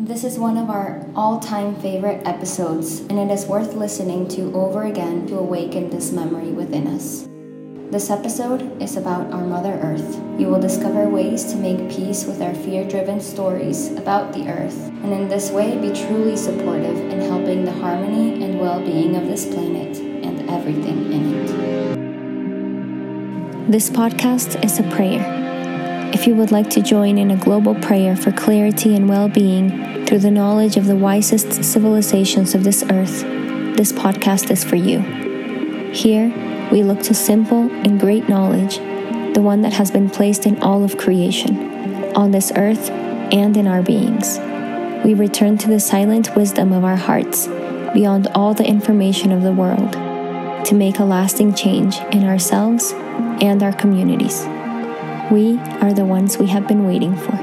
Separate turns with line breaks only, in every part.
This is one of our all time favorite episodes, and it is worth listening to over again to awaken this memory within us. This episode is about our Mother Earth. You will discover ways to make peace with our fear driven stories about the Earth, and in this way be truly supportive in helping the harmony and well being of this planet and everything in it.
This podcast is a prayer. If you would like to join in a global prayer for clarity and well being through the knowledge of the wisest civilizations of this earth, this podcast is for you. Here, we look to simple and great knowledge, the one that has been placed in all of creation, on this earth, and in our beings. We return to the silent wisdom of our hearts, beyond all the information of the world, to make a lasting change in ourselves and our communities. We are the ones we have been waiting for.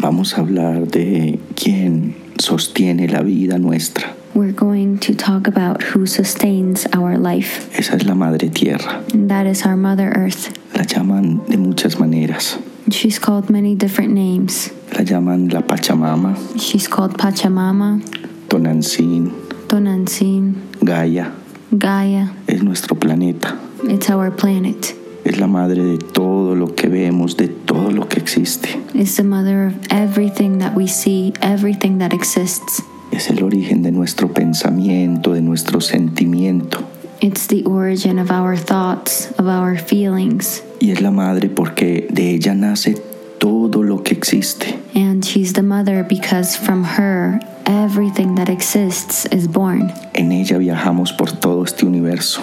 Vamos a hablar de quién sostiene la vida nuestra.
We're going to talk about who sustains our life.
Esa es la madre tierra.
And that is our mother earth.
La llaman de muchas maneras.
She's called many different names.
La llaman la Pachamama.
She's called Pachamama.
Tonantzin.
Tonantzin.
Gaia.
Gaia.
Es nuestro planeta.
It's our planet.
Es la madre de todo lo que vemos, de todo lo que existe.
It's the mother of everything that we see, everything that exists.
Es el origen de nuestro pensamiento, de nuestro sentimiento.
It's the origin of our thoughts, of our feelings.
Y es la madre porque de ella nace todo lo que existe.
And she's the mother because from her everything that exists is born.
En ella viajamos por todo este universo.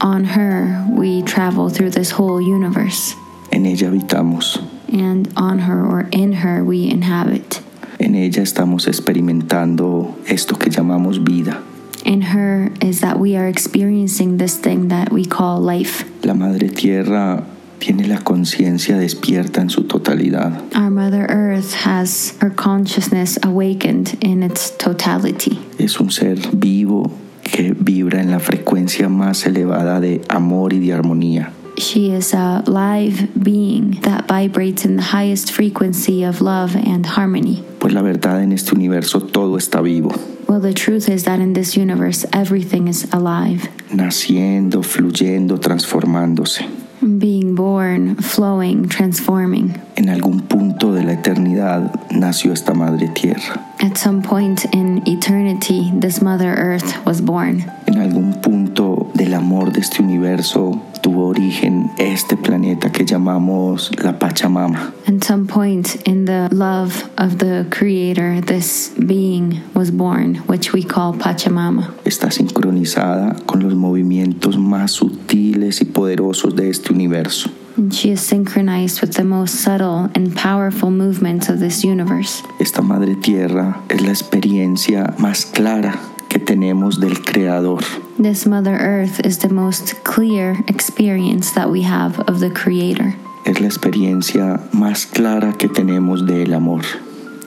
On her we travel through this whole universe.
En ella habitamos.
And on her or in her we inhabit.
En ella estamos experimentando esto que llamamos vida.
In her is that we are experiencing this thing that we call life.
La madre tierra tiene la conciencia despierta en su totalidad.
Our Mother Earth has her consciousness awakened in its totality.
Es un ser vivo que vibra en la frecuencia más elevada de amor y de armonía.
She is a live being that vibrates in the highest frequency of love and harmony.
Pues la verdad en este universo todo está vivo.
Well, the truth is that in this universe everything is alive.
Naciendo, fluyendo, transformándose.
Being born, flowing, transforming.
En algún punto de la eternidad nació esta madre tierra.
At some point in eternity, this mother earth was born.
En algún punto del amor de este universo tuvo origen este planeta que llamamos la Pachamama.
At some point in the love of the creator, this being was born, which we call Pachamama.
Está sincronizada con los movimientos más sutiles y poderosos de este universo.
And she is synchronized with the most subtle and powerful movements of this universe.
Esta madre tierra es la experiencia más clara que tenemos del creador.
This Mother Earth is the most clear experience that we have of the Creator.
Es la experiencia más clara que tenemos del amor.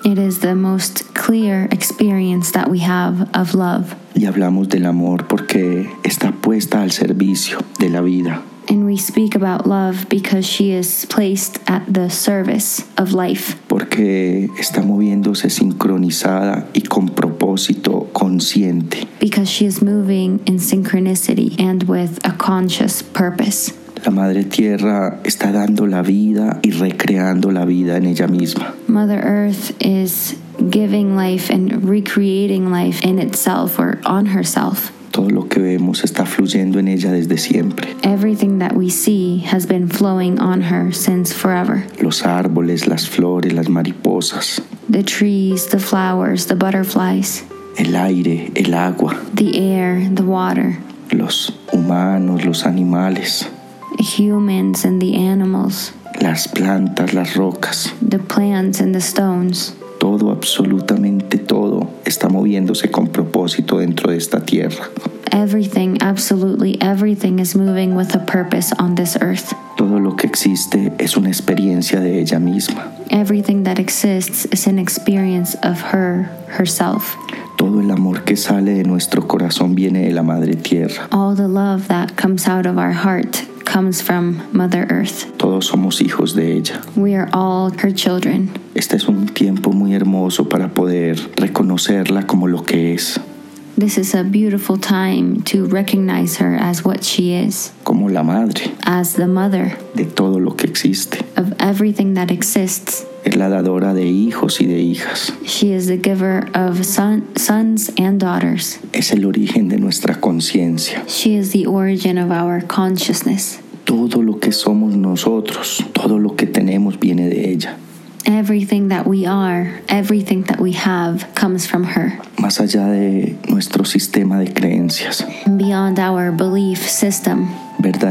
It is the most clear experience that we have of love.
Y hablamos del amor porque está puesta al servicio de la vida.
And we speak about love because she is placed at the service of life.
Porque está moviéndose sincronizada y con propósito consciente.
Because she is moving in synchronicity and with a conscious purpose.
La Madre Tierra está dando la vida y recreando la vida en ella misma.
Mother Earth is giving life and recreating life in itself or on herself.
Todo lo que vemos está fluyendo en ella desde siempre.
Everything that we see has been flowing on her since forever.
Los árboles, las flores, las mariposas.
The trees, the flowers, the butterflies.
El aire, el agua.
The air, the water.
Los humanos, los animales.
Humans and the animals.
Las plantas, las rocas.
The plants and the stones
todo, absolutamente todo, está moviéndose con propósito dentro de esta tierra.
Everything, absolutely everything is moving with a purpose on this earth.
Todo lo que existe es una experiencia de ella misma.
Everything that exists is an experience of her herself.
Todo el amor que sale de nuestro corazón viene de la madre tierra.
All the love that comes out of our heart comes from Mother Earth.
Todos somos hijos de ella.
We are all her children.
Este es un tiempo muy hermoso para poder reconocerla como lo que es,
This is a beautiful time to recognize her as what she is,
como la madre
as the mother
de todo lo que existe.
of everything that exists.
Es la dadora de hijos y de hijas.
She is the giver of son, sons and daughters.
Es el origen de nuestra conciencia.
She is the origin of our consciousness.
Todo lo que somos nosotros, todo lo que tenemos viene de ella.
Everything that we are, everything that we have, comes from her.
Más allá de nuestro sistema de creencias,
And beyond our belief system,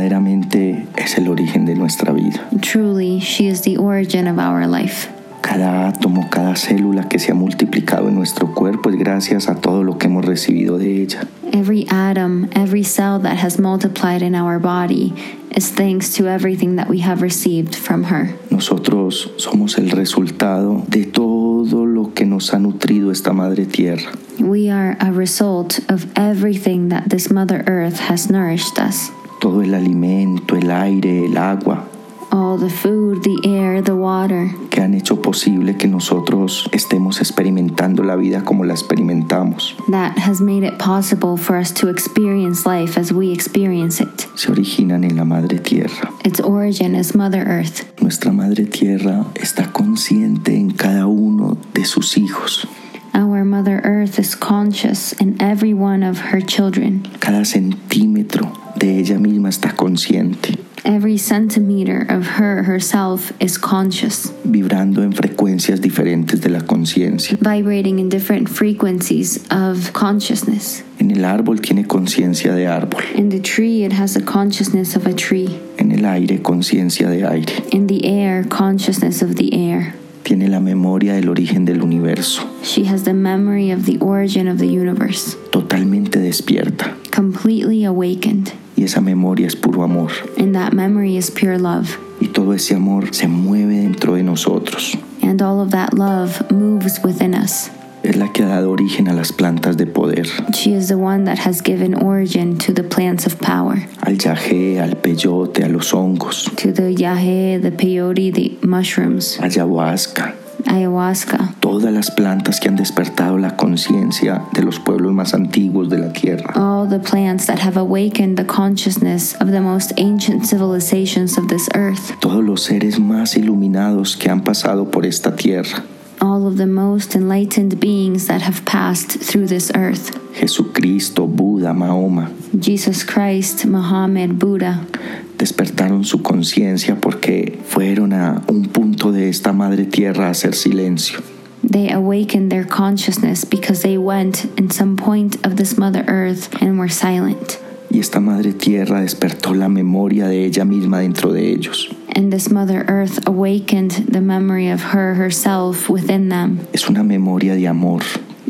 verdaderamente es el origen de nuestra vida.
truly, she is the origin of our life.
Cada átomo, cada célula que se ha multiplicado en nuestro cuerpo es gracias a todo lo que hemos recibido de ella.
Every atom, every cell that has multiplied in our body is thanks to everything that we have received from her.
Nosotros somos el resultado de todo lo que nos ha nutrido esta madre tierra.
We are a result of everything that this Mother Earth has nourished us.
Todo el alimento, el aire, el agua
All the food, the air, the water
que han hecho posible que nosotros estemos experimentando la vida como la experimentamos.
that has made it possible for us to experience life as we experience it.
Se originan en la madre tierra.
Its origin is Mother Earth.
Nuestra madre tierra está consciente en cada uno de sus hijos.
Our Mother Earth is conscious in every one of her children.
Cada centímetro de ella misma está consciente,
Every centimeter of her herself is conscious,
vibrando en frecuencias diferentes de la conciencia.
vibrating in different frequencies of consciousness.
En el árbol tiene conciencia de árbol.
In the tree, it has a consciousness of a tree.
En el aire, conciencia de aire.
In the air, consciousness of the air.
Tiene la memoria del origen del universo,
She has the memory of the origin of the universe,
totalmente despierta.
completely awakened.
Y esa memoria es puro amor.
And that memory is pure love.
Y todo ese amor se mueve dentro de nosotros.
And all of that love moves within us.
Es la que ha dado origen a las plantas de poder,
She is the one that has given origin to the plants of power,
al yagé, al peyote, a los hongos,
to the yahe, the peyote, the mushrooms,
ayahuasca,
ayahuasca,
todas las plantas que han despertado la conciencia de los pueblos más antiguos de la tierra.
all the plants that have awakened the consciousness of the most ancient civilizations of this earth,
Todos los seres más iluminados que han pasado por esta tierra.
all of the most enlightened beings that have passed through this earth.
Jesucristo, Buda, Mahoma,
Jesus Christ, Muhammad, Buddha,
despertaron su conciencia porque fueron a un punto de esta madre tierra a hacer silencio.
they awakened their consciousness because they went in some point of this Mother Earth and were silent.
Y esta madre tierra despertó la memoria de ella misma dentro de ellos.
And this Mother Earth awakened the memory of her herself within them.
Es una memoria de amor,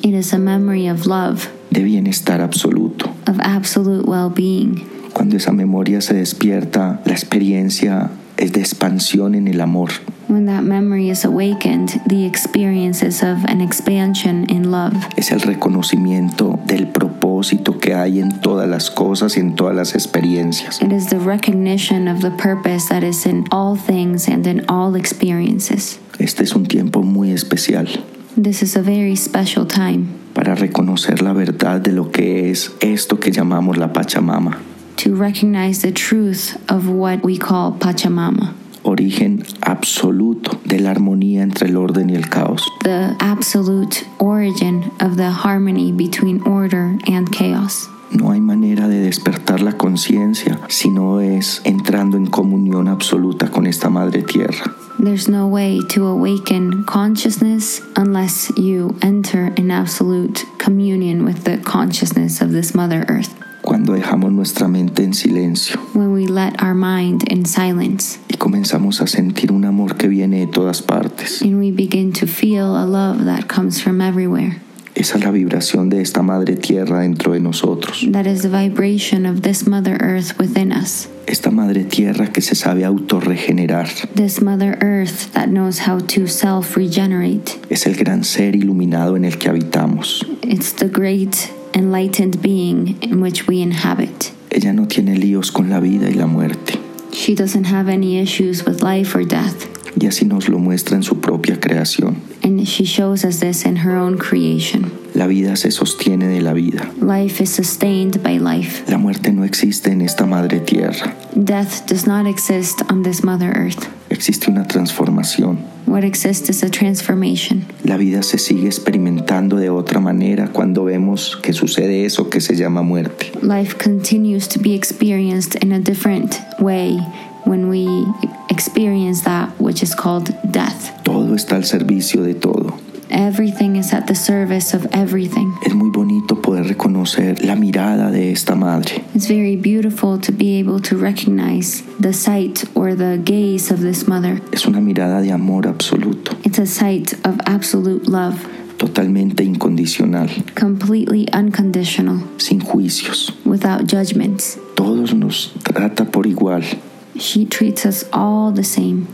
It is a memory of love,
de bienestar absoluto.
of absolute well being.
Cuando esa memoria se despierta, la experiencia es de expansión en el amor.
When that memory is awakened, the experience is of an expansion in love.
Es el reconocimiento del propósito que hay en todas las cosas y en todas las experiencias.
It is the recognition of the purpose that is in all things and in all experiences.
Este es un tiempo muy especial
This is a very special time
para reconocer la verdad de lo que es esto que llamamos la Pachamama,
to recognize the truth of what we call Pachamama,
origen absoluto de la armonía entre el orden y el caos.
the absolute origin of the harmony between order and chaos.
No hay manera de despertar la conciencia si no es entrando en comunión absoluta con esta Madre Tierra.
There's no way to awaken consciousness unless you enter in absolute communion with the consciousness of this Mother Earth.
Cuando dejamos nuestra mente en silencio
When we let our mind in silence
y comenzamos a sentir un amor que viene de todas partes.
and we begin to feel a love that comes from everywhere.
Esa es la vibración de esta Madre Tierra dentro de nosotros.
That is the vibration of this Mother Earth within us.
Esta Madre Tierra que se sabe autorregenerar.
This Mother Earth that knows how to self regenerate.
Es el gran ser iluminado en el que habitamos.
It's the great enlightened being in which we inhabit.
Ella no tiene líos con la vida y la muerte.
She doesn't have any issues with life or death,
y así nos lo muestra en su propia creación.
and she shows us this in her own creation.
La vida se sostiene de la vida.
Life is sustained by life.
La muerte no existe en esta madre tierra.
Death does not exist on this Mother Earth.
Existe una transformación.
What exists is a transformation.
La vida se sigue experimentando de otra manera cuando vemos que sucede eso que se llama muerte.
Life continues to be experienced in a different way when we experience that which is called death.
Todo está al servicio de todo.
Everything is at the service of everything.
Es muy bonito poder reconocer la mirada de esta madre.
It's very beautiful to be able to recognize the sight or the gaze of this mother.
Es una mirada de amor absoluto,
It's a sight of absolute love,
totalmente incondicional,
completely unconditional,
sin juicios.
without judgments.
Todos nos trata por igual.
She treats us all the same.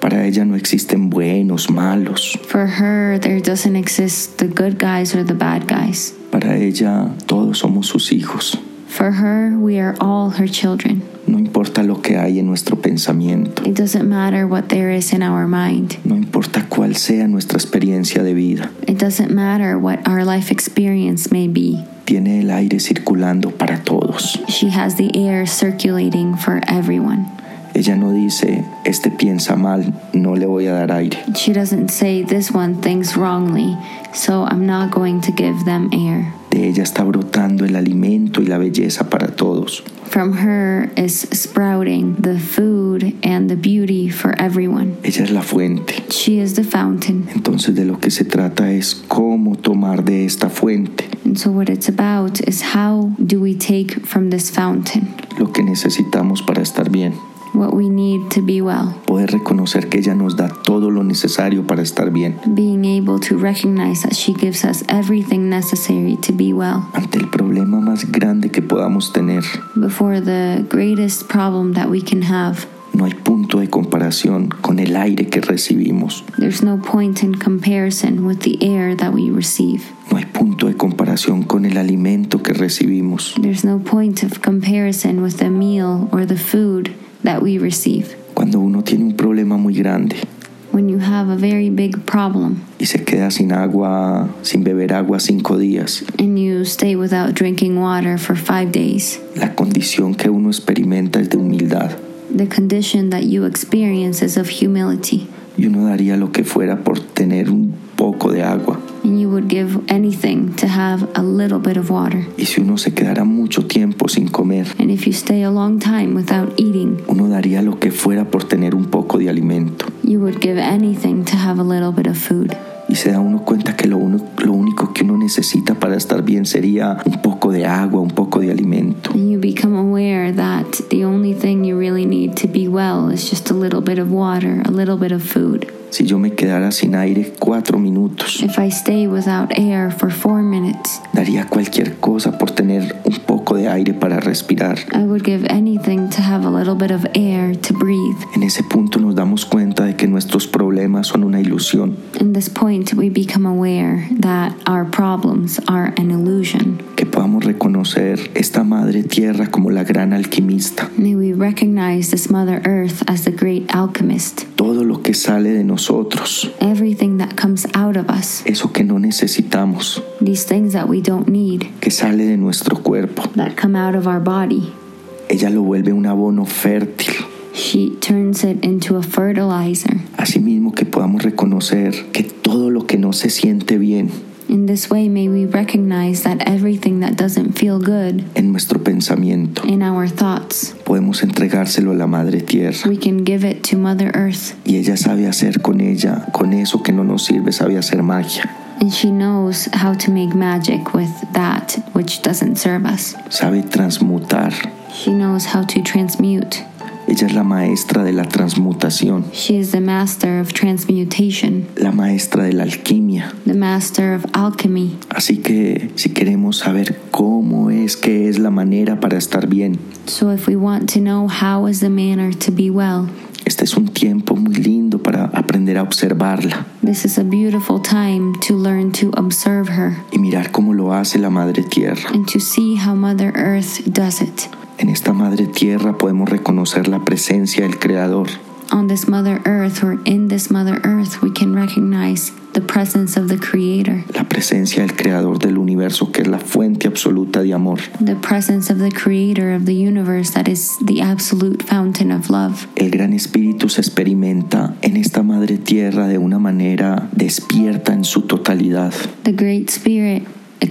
Para ella no existen buenos, malos.
For her, there doesn't exist the good guys or the bad guys.
Para ella todos somos sus hijos.
For her, we are all her children.
No importa lo que hay en nuestro pensamiento.
It doesn't matter what there is in our mind.
No importa cuál sea nuestra experiencia de vida.
It doesn't matter what our life experience may be.
Tiene el aire circulando para todos.
She has the air circulating for everyone.
Ella no dice, este piensa mal, no le voy a dar aire.
She doesn't say this one thinks wrongly, so I'm not going to give them air.
De ella está brotando el alimento y la belleza para todos.
From her is sprouting the food and the beauty for everyone.
Ella es la fuente.
She is the fountain.
Entonces de lo que se trata es cómo tomar de esta fuente
And so, what it's about is how do we take from this fountain
lo que necesitamos para estar bien.
what we need to be well?
Poder reconocer que ella nos da todo lo necesario para estar bien.
Being able to recognize that she gives us everything necessary to be well.
Ante el problema más grande que podamos tener,
Before the greatest problem that we can have,
no hay punto de comparación con el aire que recibimos.
there's no point in comparison with the air that we receive.
No hay punto de comparación con el alimento que recibimos.
There's no point of comparison with the meal or the food that we receive.
Cuando uno tiene un problema muy grande
When you have a very big problem
y se queda sin agua, sin beber agua cinco días,
and you stay without drinking water for five days,
la condición que uno experimenta es de humildad.
the condition that you experience is of humility,
y uno daría lo que fuera por tener un poco de agua.
and you would give anything to have a little bit of water.
Y si uno se quedara mucho tiempo sin comer,
And if you stay a long time without eating,
uno daría lo que fuera por tener un poco de alimento.
you would give anything to have a little bit of food.
Y se da uno cuenta que lo, uno- lo único que uno necesita para estar bien sería un poco de agua, un poco de alimento.
And you become aware that the only thing you really need to be well is just a little bit of water, a little bit of food.
Si yo me quedara sin aire cuatro minutos,
If I stay without air for four minutes,
daría cualquier cosa por tener un poco de aire para respirar.
I would give anything to have a little bit of air to breathe.
En ese punto nos damos cuenta de que nuestros problemas son una ilusión,
In this point, we become aware that our problems are an illusion.
que podamos reconocer esta madre tierra como la gran alquimista.
May we recognize this Mother Earth as the great alchemist.
Todo lo que sale de nosotros,
Everything that comes out of us,
eso que no necesitamos,
these things that we don't need,
que sale de nuestro cuerpo,
that come out of our body,
ella lo vuelve un abono fértil.
She turns it into a fertilizer.
Asimismo que podamos reconocer que todo lo que no se siente bien
In this way, may we recognize that everything that doesn't feel good
en nuestro pensamiento,
in our thoughts,
podemos entregárselo a la madre tierra.
we can give it to Mother Earth.
Y ella sabe hacer con ella, con eso que no nos sirve, sabe hacer magia.
And she knows how to make magic with that which doesn't serve us.
Sabe transmutar.
She knows how to transmute.
Ella es la maestra de la transmutación.
She is the master of transmutation,
la maestra de la alquimia.
the master of alchemy.
Así que si queremos saber cómo es que es la manera para estar bien,
So, if we want to know how is the manner to be well,
este es un tiempo muy lindo para aprender a observarla
this is a beautiful time to learn to observe her.
y mirar cómo lo hace la Madre Tierra.
and to see how Mother Earth does it.
En esta madre tierra podemos reconocer la presencia del Creador.
On this Mother Earth or in this Mother Earth, we can recognize the presence of the Creator,
La presencia del creador del universo que es la fuente absoluta de amor.
the presence of the Creator of the universe that is the absolute fountain of love.
El gran espíritu se experimenta en esta madre tierra de una manera despierta en su totalidad.
The Great Spirit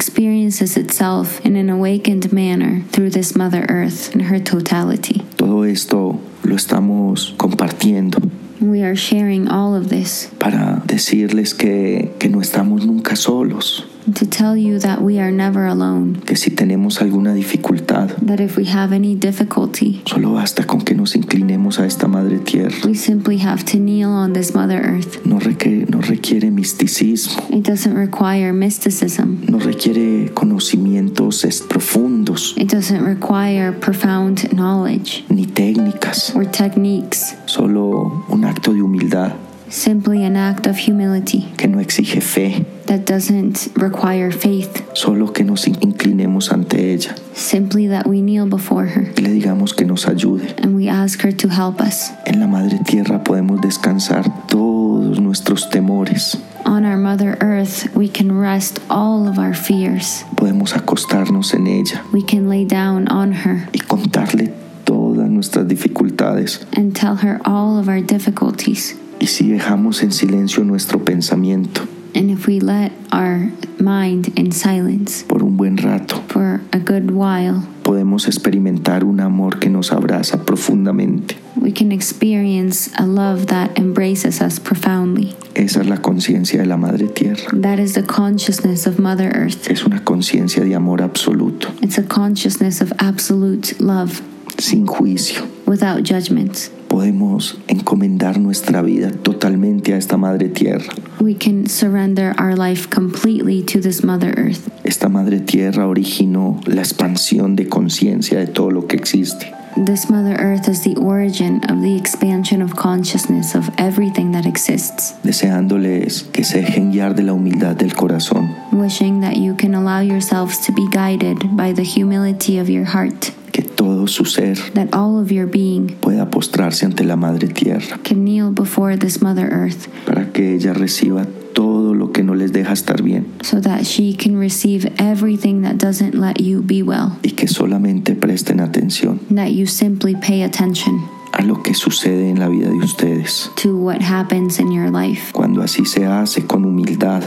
experiences itself in an awakened manner through this Mother Earth in her totality.
Todo esto lo estamos compartiendo
We are sharing all of this
para decirles que, que no estamos nunca solos,
to tell you that we are never alone,
que si tenemos alguna dificultad,
that if we have any difficulty,
solo basta con que nos inclinemos a esta madre tierra.
we simply have to kneel on this Mother Earth.
No requiere, no requiere misticismo,
It doesn't require mysticism.
no requiere conocimientos es- profundos
It doesn't require profound knowledge
ni técnicas,
or techniques,
solo un acto de humildad
simply an act of humility
que no exige fe,
that doesn't require faith,
solo que nos in- inclinemos ante ella
simply that we kneel before her
y le digamos que nos ayude.
and we ask her to help us.
En la madre tierra podemos descansar todos nuestros temores,
On our Mother Earth, we can rest all of our fears.
podemos acostarnos en ella
We can lay down on her
y contarle todas nuestras dificultades.
and tell her all of our difficulties.
Y si dejamos en silencio nuestro pensamiento
And if we let our mind in silence
por un buen rato,
for a good while,
podemos experimentar un amor que nos abraza profundamente.
we can experience a love that embraces us profoundly.
Esa es la conciencia de la madre tierra.
That is the consciousness of Mother Earth.
Es una conciencia de amor absoluto,
It's a consciousness of absolute love
sin juicio.
without judgment.
Podemos encomendar nuestra vida totalmente a esta madre tierra.
We can surrender our life completely to this Mother Earth.
Esta madre tierra originó la expansión de conciencia de todo lo que existe.
This Mother Earth is the origin of the expansion of consciousness of everything that exists.
deseándoles que se dejen guiar de la humildad del corazón,
Wishing that you can allow yourselves to be guided by the humility of your heart,
que todo su ser
that all of your being
pueda postrarse ante la Madre Tierra,
can kneel before this Mother Earth
para que ella reciba todo lo que no les deja estar bien
so that she can receive everything that doesn't let you be well,
y que solamente presten atención
and that you simply pay attention
a lo que sucede en la vida de ustedes.
to what happens in your life.
Cuando así se hace con humildad,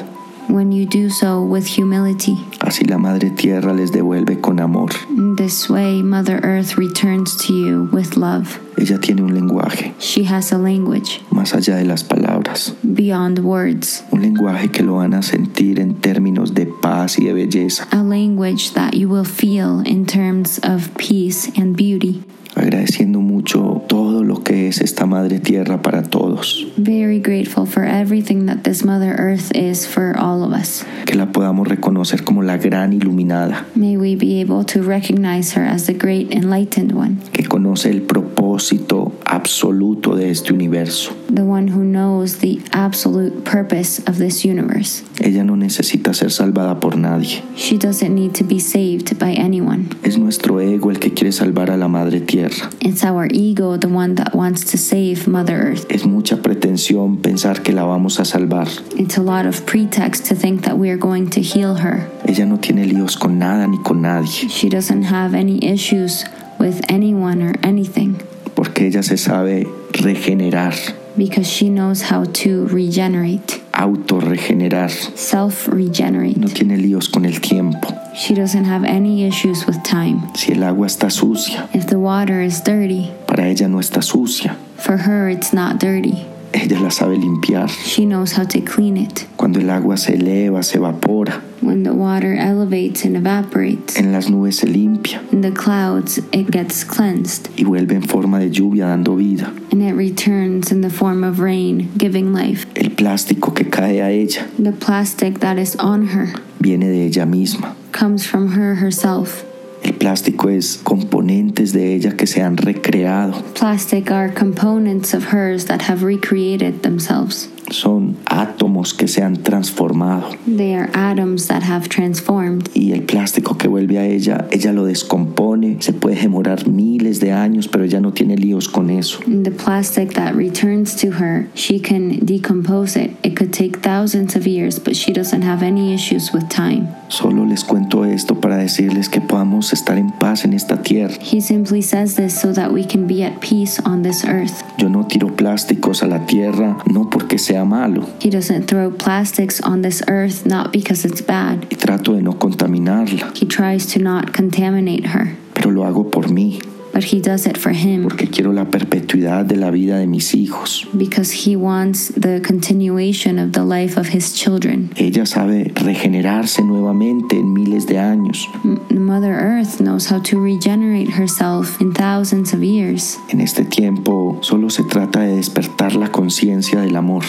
When you do so with humility,
así la Madre Tierra les devuelve con amor.
in this way Mother Earth returns to you with love.
Ella tiene un lenguaje
She has a language
más allá de las palabras,
beyond words,
un lenguaje que lo van a sentir en términos de paz y de belleza.
a language that you will feel in terms of peace and beauty.
agradeciendo mucho todo lo que es esta Madre Tierra para todos,
Very grateful for everything that this Mother Earth is for all of us.
que la podamos reconocer como la gran iluminada,
May we be able to recognize her as the great enlightened one,
que conoce el propósito absoluto de este universo.
the one who knows the absolute purpose of this universe.
Ella no necesita ser salvada por nadie.
She doesn't need to be saved by anyone.
Es nuestro ego el que quiere salvar a la Madre Tierra.
It's our ego, the one that wants to save Mother Earth.
Es mucha pretensión pensar que la vamos a salvar.
It's a lot of pretext to think that we are going to heal her.
Ella no tiene líos con nada ni con nadie,
She doesn't have any issues with anyone or anything
porque ella se sabe regenerar,
because she knows how to regenerate,
autorregenerar.
self
No
regenerate.
tiene líos con el tiempo.
She doesn't have any issues with time.
Si el agua está sucia,
If the water is dirty,
Para ella no está sucia,
for her it's not dirty.
ella la sabe limpiar.
She knows how to clean it.
Cuando el agua se eleva, se evapora,
When the water elevates and evaporates,
en las nubes se limpia
in the clouds, it gets cleansed.
y vuelve en forma de lluvia dando vida.
and it returns in the form of rain, giving life.
El plástico que cae a ella
The plastic that is on her
viene de ella misma.
comes from her herself.
El plástico es componentes de ella que se han recreado.
Plastic are components of hers that have recreated themselves.
son átomos que se han transformado
They are atoms that have transformed.
y el plástico que vuelve a ella, ella lo descompone, se puede demorar miles de años, pero ella no tiene líos con eso.
And The plastic that returns to her, she can decompose it. It could take thousands of years, but she doesn't have any issues with time.
Solo les cuento esto para decirles que podamos estar en paz en esta tierra.
He simply says this so that we can be at peace on this earth.
Yo no tiro plásticos a la tierra, no porque sea malo,
He doesn't throw plastics on this earth not because it's bad.
y trato de no contaminarla,
He tries to not contaminate her,
pero lo hago por mí,
but he does it for him
porque quiero la perpetuidad de la vida de mis hijos.
because he wants the continuation of the life of his children.
Ella sabe regenerarse nuevamente en miles de años.
M- Mother Earth knows how to regenerate herself in thousands of years.
En este tiempo solo se trata de despertar la conciencia del amor.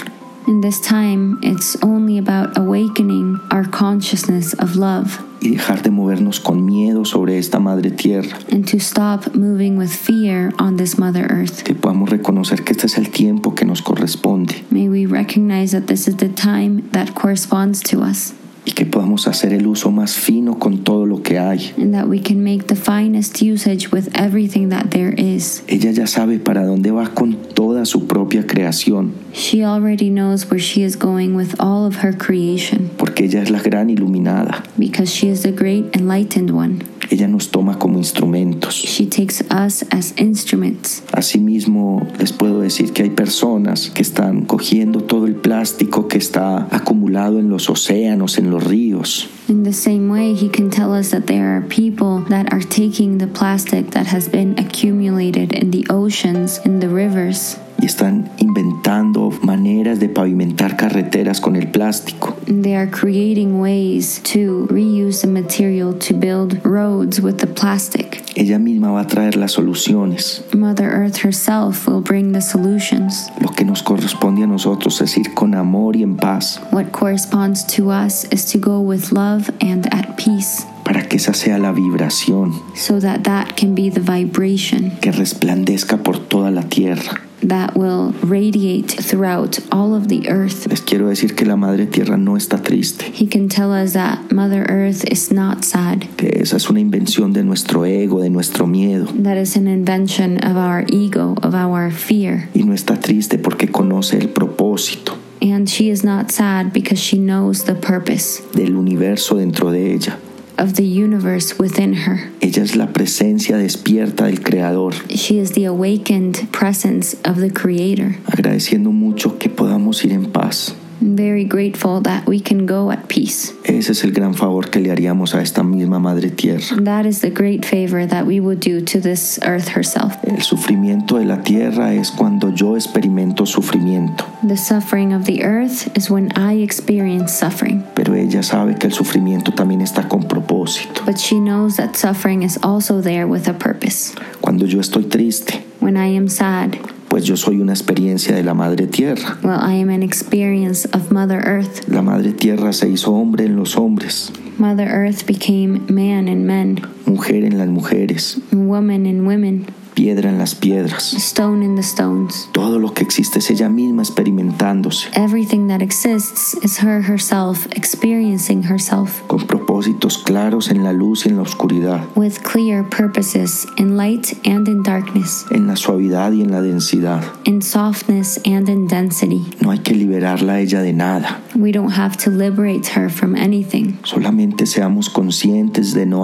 In this time, it's only about awakening our consciousness of love
y dejar de movernos con miedo sobre esta madre tierra,
and to stop moving with fear on this Mother Earth.
que podamos reconocer que este es el tiempo que nos corresponde
May we recognize that this is the time that corresponds to us
y que podamos hacer el uso más fino con todo lo que hay.
and that we can make the finest usage with everything that there is.
Ella ya sabe para dónde va con toda su propia creación,
She already knows where she is going with all of her creation
porque ella es la gran iluminada.
because she is the great enlightened one.
Ella nos toma como instrumentos.
She takes us as instruments.
Asimismo, les puedo decir que hay personas que están cogiendo todo el plástico que está acumulado en los océanos, en los ríos,
In the same way, he can tell us that there are people that are taking the plastic that has been accumulated in the oceans, in the rivers,
y están inventando maneras de pavimentar carreteras con el plástico.
and they are creating ways to reuse the material to build roads with the plastic.
Ella misma va a traer las soluciones.
Mother Earth herself will bring the solutions.
Lo que nos corresponde a nosotros es ir con amor y en paz
What corresponds to us is to go with love and at peace,
para que esa sea la vibración
so that that can be the vibration
que resplandezca por toda la tierra.
that will radiate throughout all of the earth.
Les quiero decir que la Madre Tierra no está triste,
He can tell us that Mother Earth is not sad.
que esa es una invención de nuestro ego, de nuestro miedo.
That is an invention of our ego, of our fear.
Y no está triste porque conoce el propósito
And she is not sad because she knows the purpose
del universo dentro de ella.
of the universe within her.
Ella es la presencia despierta del Creador,
She is the awakened presence of the Creator.
agradeciendo mucho que podamos ir en paz.
I'm very grateful that we can go at peace.
Ese es el gran favor que le haríamos a esta misma Madre Tierra.
That is the great favor that we will do to this earth herself.
El sufrimiento de la tierra es cuando yo experimento sufrimiento,
The suffering of the earth is when I experience suffering.
pero ella sabe que el sufrimiento también está con propósito.
But she knows that suffering is also there with a purpose.
Cuando yo estoy triste,
When I am sad,
pues yo soy una experiencia de la madre tierra.
well, I am an experience of Mother Earth.
La madre tierra se hizo hombre en los hombres,
Mother Earth became man in men,
mujer en las mujeres,
woman in women,
piedra en las piedras.
stone in the stones.
Todo lo que existe es ella misma experimentándose,
Everything that exists is her herself experiencing herself
con propósitos claros en la luz y en la oscuridad,
with clear purposes in light and in darkness,
en la suavidad y en la densidad.
in softness and in density.
No hay que liberarla a ella de nada.
We don't have to liberate her from anything.
Solamente seamos conscientes de no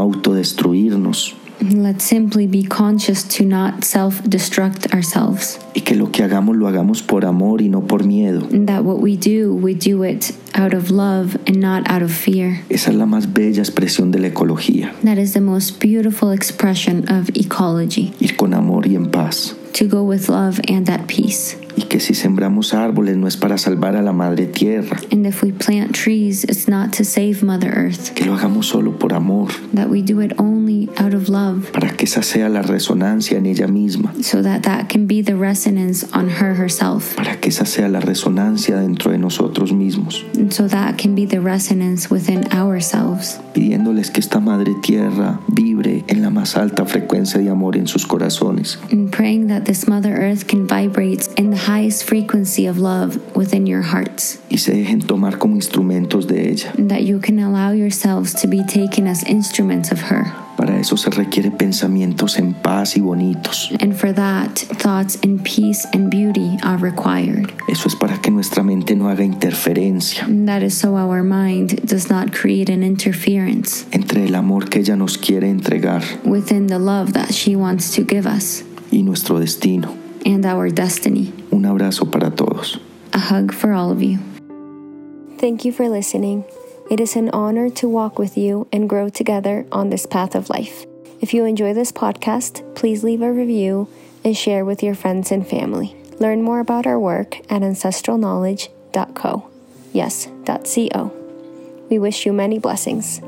autodestruirnos
Let's simply be conscious to not self destruct ourselves.
y que lo que hagamos lo hagamos por amor y no por miedo.
And that what we do, we do it out of love and not out of fear.
Esa es la más bella expresión de la ecología,
That is the most beautiful expression of ecology
ir con amor y en paz.
to go with love and at peace.
Y que si sembramos árboles no es para salvar a la madre tierra,
And if we plant trees, it's not to save Mother Earth,
que lo hagamos solo por amor,
that we do it only out of love
para que esa sea la resonancia en ella misma,
so that that can be the resonance on her herself,
para que esa sea la resonancia dentro de nosotros mismos,
and so that can be the resonance within ourselves.
pidiéndoles que esta madre tierra vibre en la más alta frecuencia de amor en sus corazones.
and praying that this Mother Earth can vibrate in the
highest frequency of love within your hearts,
y se dejen tomar como instrumentos de ella.
and that you can allow yourselves to be taken as instruments of her.
Para eso se requiere pensamientos en paz y bonitos.
And for that, thoughts in peace and beauty are required.
Eso es para que nuestra mente no haga interferencia
And that is so our mind does not create an interference
entre el amor que ella nos quiere entregar
within the love that she wants to give us
y nuestro destino.
and our destiny.
Un abrazo para todos.
A hug for all of you.
Thank you for listening. It is an honor to walk with you and grow together on this path of life. If you enjoy this podcast, please leave a review and share with your friends and family. Learn more about our work at ancestralknowledge.co. Yes, .co. We wish you many blessings.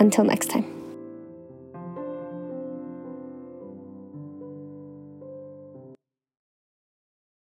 Until next time.